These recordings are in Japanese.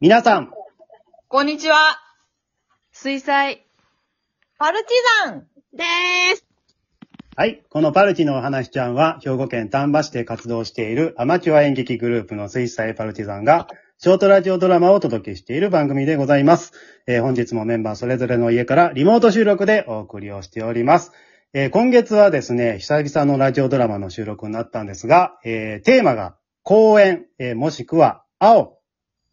皆さん、こんにちは。水彩パルチザンでーす。はい、このパルチのお話ちゃんは、兵庫県丹波市で活動しているアマチュア演劇グループの水彩パルチザンが、ショートラジオドラマをお届けしている番組でございます。えー本日もメンバーそれぞれの家からリモート収録でお送りをしております。えー今月はですね、久々のラジオドラマの収録になったんですが、えーテーマが公園、えーもしくは青、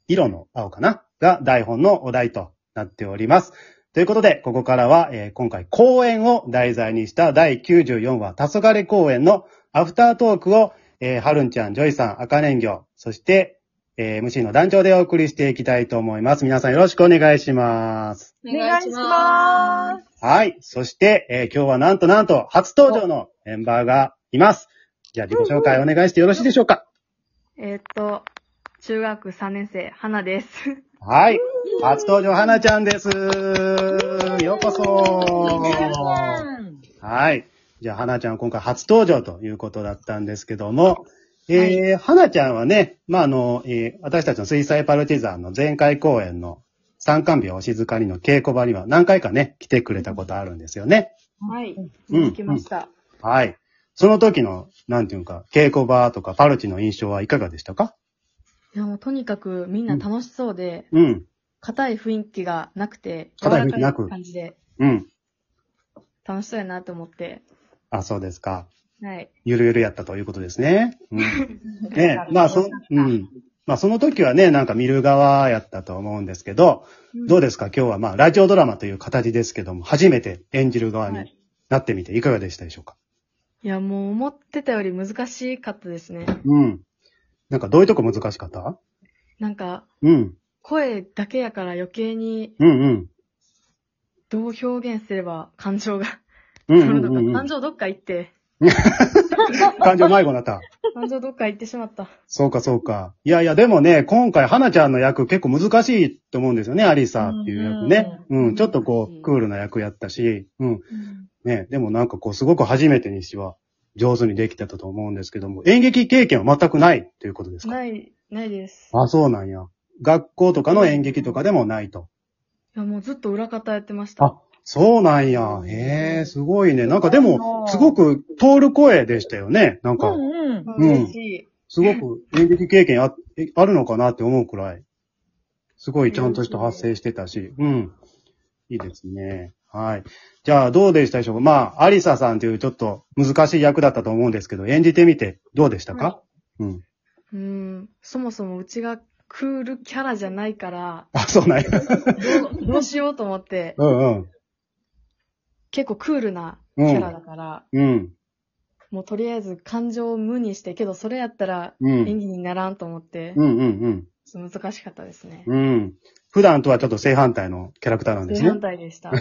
色の青かなが台本のお題となっております。ということで、ここからは、えー今回公演を題材にした第94話、黄昏公演のアフタートークを、えー、はるんちゃん、ジョイさん、赤年魚、そして、えー MC の団長でお送りしていきたいと思います。皆さんよろしくお願いします。お。お願いしますはい。そして、えー今日はなんとなんと初登場のメンバーがいます。じゃあ自己紹介お願いしてよろしいでしょうかえーっと、中学3年生、花です。はい。初登場、はなちゃんです。ようこそ。はい。じゃあ、花ちゃん、今回初登場ということだったんですけども、えー、花ちゃんはね、まあ、あの、えー私たちの水彩パルティザンの前回公演の参観日をお静かにの稽古場には何回かね、来てくれたことあるんですよね。 はい。うん行きました。はい。その時の、なんていうか、稽古場とかパルチの印象はいかがでしたかいや、もうとにかくみんな楽しそうで、うん。硬い雰囲気がなくて、硬い雰囲気なく柔らか感じで、うん。楽しそうやなと思って、あ、そうですか。はい。ゆるゆるやったということですね。 うん、ねう、んまあ、その、うん。まあ、その時はね、なんか見る側やったと思うんですけど、どうですか今日はまあ、ラジオドラマという形ですけども、初めて演じる側はになってみていかがでしたでしょうか、いや、もう思ってたより難しかったですね。うん。なんかどういうとこ難しかったなんか、うん。声だけやから余計にうんうん。どう表現すれば感情が、うんうんうんうん 感情どっか行って、感情迷子になった。感情どっか行ってしまった。そうかそうか。いやいや、でもね、今回、花ちゃんの役結構難しいと思うんですよね、アリサっていう役ね。うん、ちょっとこう、クールな役やったし、うん。ね、でもなんかこう、すごく初めてにしては、上手にできてたと思うんですけども、演劇経験は全くないということですかない、ないです。あ、そうなんや。学校とかの演劇とかでもないと。いや、もうずっと裏方やってました。あそうなんや。へえ、すごいね。なんかですごいも、なすごく通る声でしたよね。なんうか、んうん。まあうん嬉しい。すごく演劇経験あえあるのかなって思うくらい、すごいちゃんとした発声してたし、うん。いいですね。はい。じゃあ、どうでしたでしょうかまあ、アリサさんというちょっと難しい役だったと思うんですけど、演じてみてどうでしたか、うん。うん。そもそもうちがクールキャラじゃないから、あ、そう なんや。どうしようと思って、うんうん。結構クールなキャラだから、うん。もうとりあえず感情を無にして、けどそれやったらうん。演技にならんと思って、うんうんうん。ちょっと難しかったですね。うん。普段とはちょっと正反対のキャラクターなんです正ね反。対でした。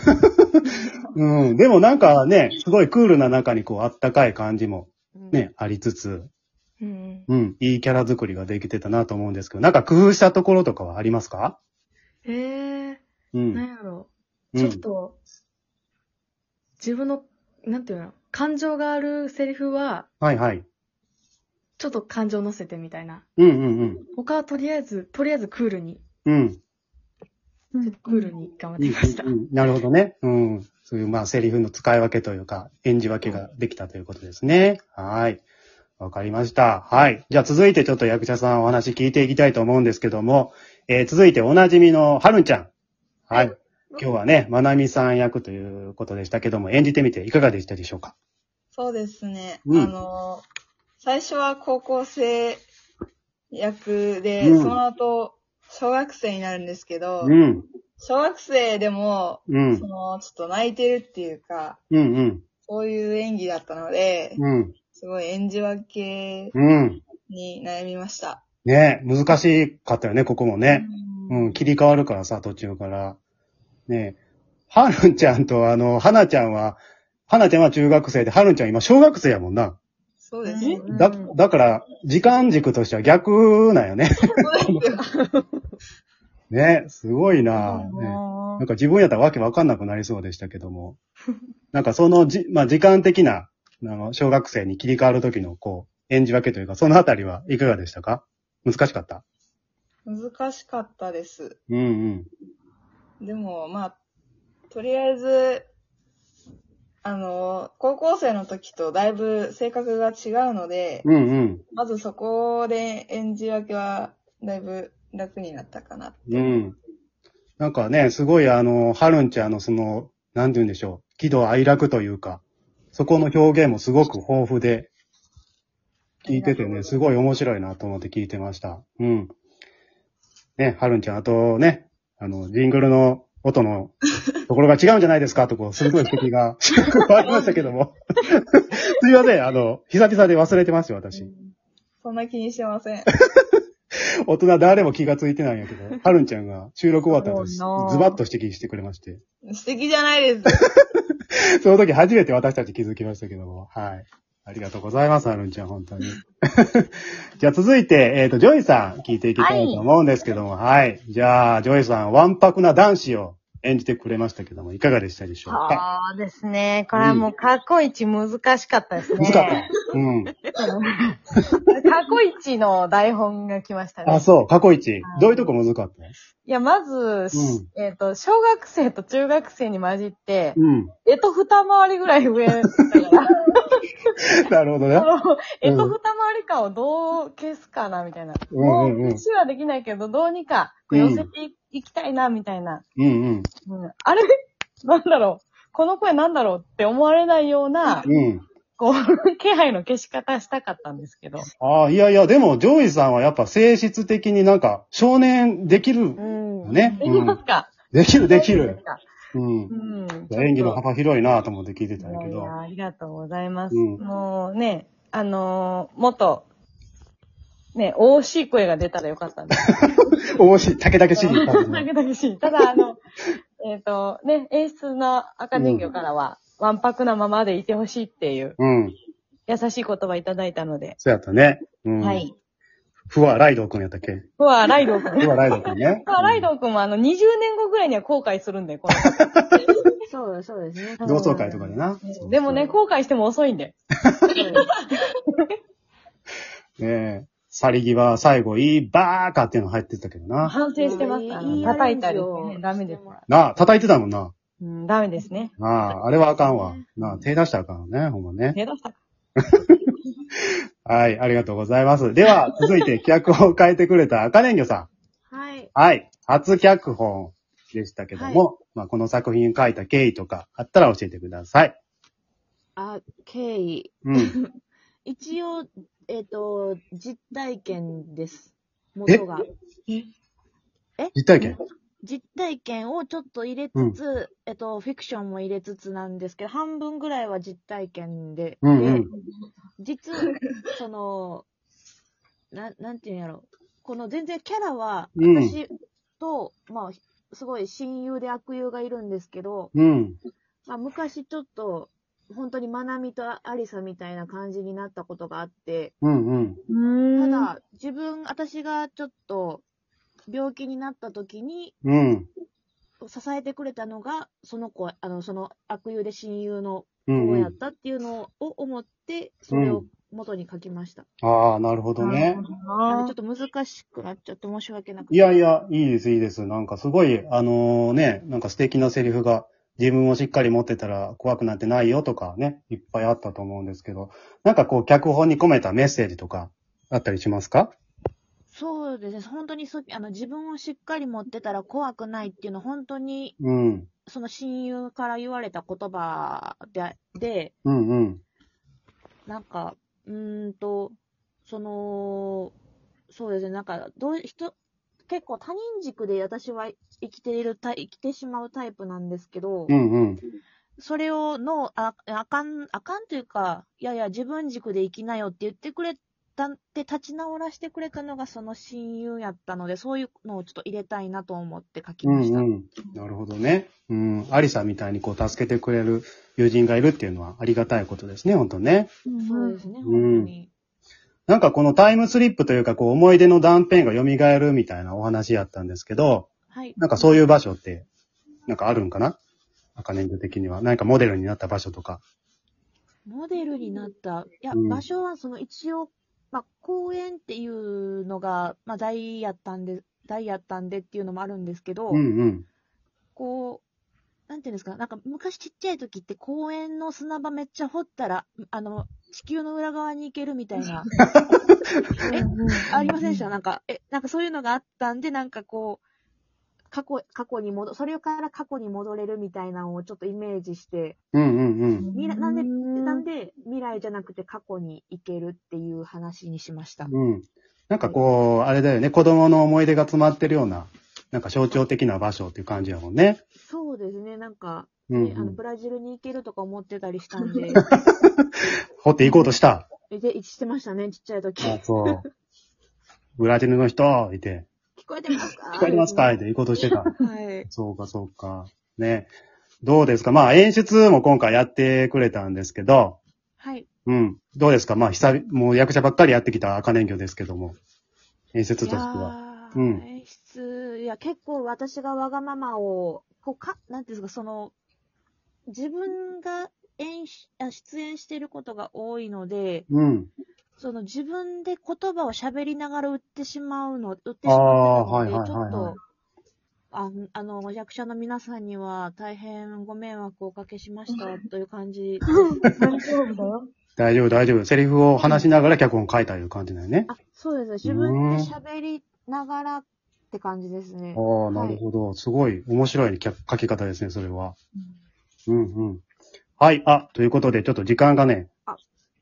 うん。でもなんかね、すごいクールな中にこう、あったかい感じもね、ありつつ、うんううん。ん、いいキャラ作りができてたなと思うんですけど、なんか工夫したところとかはありますかえー、うなんん。やろう。うちょんっ。と、自分の、なんていうの、感情があるセリフは、はいはい。ちょっと感情乗せてみたいな。うんうんうん。他はとりあえず、とりあえずクールに、うん。クールに頑張っうてんきましたう。んなるほどね。うん。そういう、まあ、セリフの使い分けというか、演じ分けができたということですね。はい。わかりました。はい。じゃあ続いてちょっと役者さんお話聞いていきたいと思うんですけども、えー続いておなじみのはるんちゃん。はい。今日はね、まなみさん役ということでしたけども、演じてみていかがでしたでしょうかそうですね。うんあの、最初は高校生役で、うんその後、小学生になるんですけど、うん。小学生でも、うんそ。の、ちょっと泣いてるっていうか、うんうん。そういう演技だったので、うん。すごい演じ分けうん。に悩みました。ね難しかったよね、ここもね。ううん、切り替わるからさ、途中から。ねはるんちゃんとあの、はなちゃんは、はなちゃんは中学生で、はるんちゃん今小学生やもんな。そうですね。だ、だから、時間軸としては逆なんよね。 ねすごいな、ねもなんか自分やったらわけわかんなくなりそうでしたけども。なんかそのじ、まあ、時間的な、あの、小学生に切り替わる時の、こう、演じ分けというか、そのあたりはいかがでしたか難しかった 難しかったです。うんうん。でも、まあ、とりあえず、あの、高校生の時とだいぶ性格が違うので、うんうん。まずそこで演じ分けはだいぶ楽になったかなって。うん。なんかね、すごいあの、ハルンちゃんのその、なんて言うんでしょう。喜怒哀楽というか、そこの表現もすごく豊富で、聞いててね、すごい面白いなと思って聞いてました。うん。ね、ハルンちゃん、あとね、あの、ジングルの音のところが違うんじゃないですかとこう、すごい指摘が、 ありましたけども。 すいません、あの、久々で忘れてますよ、私。そんな気にしてません。大人誰も気がついてないんや けど、はるんちゃんが収録終わった後、ズそうなあバッと指摘してくれまして、素敵じゃないです。その時初めて私たち気づきましたけども、はい。ありがとうございます、はるんちゃん、本当に。 じゃあ続いて、えっ、と、ジョイさん聞いていきたいと思うんですけども、はい、じゃあ、ジョイさん、わんぱくな男子を演じてくれましたけども、いかがでしたでしょうか そうですね。これはもう過去一難しかったですね。難かっ た。うん。過去一の台本が来ましたあ、ね。そう、過去一。どういうとこ難かったいや、まず、うんえっ、と、小学生と中学生に混じって、うん。えと二回りぐらい 上だから、 なるほどねそ。のえと二回り感をどう消すかな、みたいな。うんうんう。もうん消しはできないけど、どうにか寄せていきたいな、みたいな。うんうん。うんあれ なんだろうこの声なんだろうって思われないような、うん。こう、 気配の消し方したかったんですけど。ああ、いやいや、でも、ジョイさんはやっぱ性質的になんか、少年できるう。ん。ねできますか、できる、できる。かうんう。ん。演技ちょのっ幅広いなと思って聞いてたとんやけいやいどや。ありがとうございます。うんもうね、あのー、もっと、ね、惜しい声が出たらよか ったんです面白い。竹々 しけいど。感じの。だけだけしいただ、あの、えっ、と、ね、演出の赤人魚からは、わんぱくなままでいてほしいっていう、うん。優しい言葉いただいたので。そうやったね。うん。はい。ふわライドウ君やったっけふわ、ライドウ君。ふわライドウ君 ね。ふわ、ライドウ君もあの、20年後ぐらいには後悔するんで、 こそう、そうですね。 うん同窓会とかでな。の。でもね、後悔しても遅いんで。ねえ。去り際、最後、いいバーカっていうの入ってたけどな。反省してます。あの、叩いたりしてね、ダメです。なあ、叩いてたもんな。うん、ダメですね。なあ、あれはあかんわ。なあ、手出したらあかんわね、ほんまね。手出した。 はい、ありがとうございます。では、続いて脚本を変えてくれた赤年魚さん。はい。はい。初脚本でしたけども、まあ、この作品書いた経緯とかあったら教えてください。あ、経緯。うん。一応、えっ、と、実体験です。元が。実体験実体験をちょっと入れつつ、えっと、フィクションも入れつつなんですけど、半分ぐらいは実体験で、うんうでん。実、その、な、なんていうんやろ。この全然キャラは、うん私と、まあ、すごい親友で悪友がいるんですけど、うん。まあ、昔ちょっと、本当にまなみとありさみたいな感じになったことがあって、うんうん。うーたん。だ、自分、私がちょっと、病気になった時に、うん。支えてくれたのが、その子、あの、その悪友で親友のうん子うやっん。たっていうのを思って、それを元に書きました。ああ、なるほどね。なのあでちょっと難しくなっちゃって申し訳なくて。いやいや、いいです、いいです。なんかすごい、あのね、なんか素敵なセリフが、自分をしっかり持ってたら怖くなんてないよとかね、いっぱいあったと思うんですけど、なんかこう、脚本に込めたメッセージとか、あったりしますかそうですね。本当にそ、あの、自分をしっかり持ってたら怖くないっていうのは、本当に、うん。その親友から言われた言葉で、で、うんうん。なんか、うーんと、その、そうですね、なんか、どう、人、結構他人軸で私は生きているタイ、生きてしまうタイプなんですけど、うんうん。それを、の、あ、あかん、あかんというか、いやいや、自分軸で生きなよって言ってくれた、って立ち直らせてくれたのがその親友やったので、そういうのをちょっと入れたいなと思って書きうましんた。うん。なるほどね。うん。アリさんみたいにこう、助けてくれる友人がいるっていうのはありがたいことですね、本当ね。そうですね、ん本当に。なんかこのタイムスリップというか、こう、思い出の断片が蘇るみたいなお話やったんですけど、はい。なんかそういう場所って、なんかあるんかな赤年度的には。なんかモデルになった場所とか。モデルになった。いや、うん場所はその一応、まあ、公園っていうのが、まあ、大やったんで、代やったんでっていうのもあるんですけど、うんうん。こう、なんていうんですか、なんか昔ちっちゃい時って公園の砂場めっちゃ掘ったら、あの、地球の裏側に行けるみたい な、えありませんでしたなんか、え、なんかそういうのがあったんで、なんかこう、過去、過去に戻、それから過去に戻れるみたいなのをちょっとイメージして、うんうんうん。未来なんで、なんでで未来じゃなくて過去に行けるっていう話にしました。うん。なんかこう、あれだよね、子供の思い出が詰まってるような、なんか象徴的な場所っていう感じやもんね。そうですね、なんか、うねん、うあの、ん。ブラジルに行けるとか思ってたりした んで、掘っていこうとした。えで、一致してましたね、ちっちゃい時。あ、そう。ブラジルの人、いて、聞こえてますか聞かれますかって行こうとしてた。はい。そうか、そうか。ね。どうですかまあ演出も今回やってくれたんですけど、はい。うん。どうですかまあ久々、もう役者ばっかりやってきた赤年魚ですけども、演出としては。いやーうん演出、いや、結構私がわがままを、こうか、なんていうんですか、その、自分が演出、あ出演してることが多いので、うん。その自分で言葉を喋りながら売ってしまうの、売ってしまあっーてたはいはので、いちょはいはいっと、ああの、役者の皆さんには大変ご迷惑をおかけしましたという感じ大丈夫だよ。大丈夫、大丈夫。セリフを話しながら脚本書いたいう感じだよね。あ、 そうですね。自分で喋りながらって感じですね。ああ、なるほど。すごい面白い脚書き方ですね、それは。うんうん。はい。あ、ということで、ちょっと時間がねあ、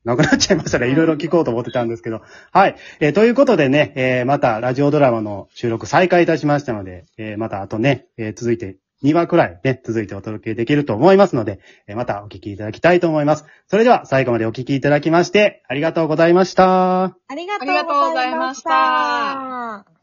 なくなっちゃいましたね。いろいろ聞こうと思ってたんですけど。はい。えーということでね、えーまたラジオドラマの収録再開いたしましたので、えーまたあとね、えー続いて2話くらいね、続いてお届けできると思いますので、えーまたお聞きいただきたいと思います。それでは最後までお聞きいただきまして、ありがとうございました。ありがとうございましたありがとうございました。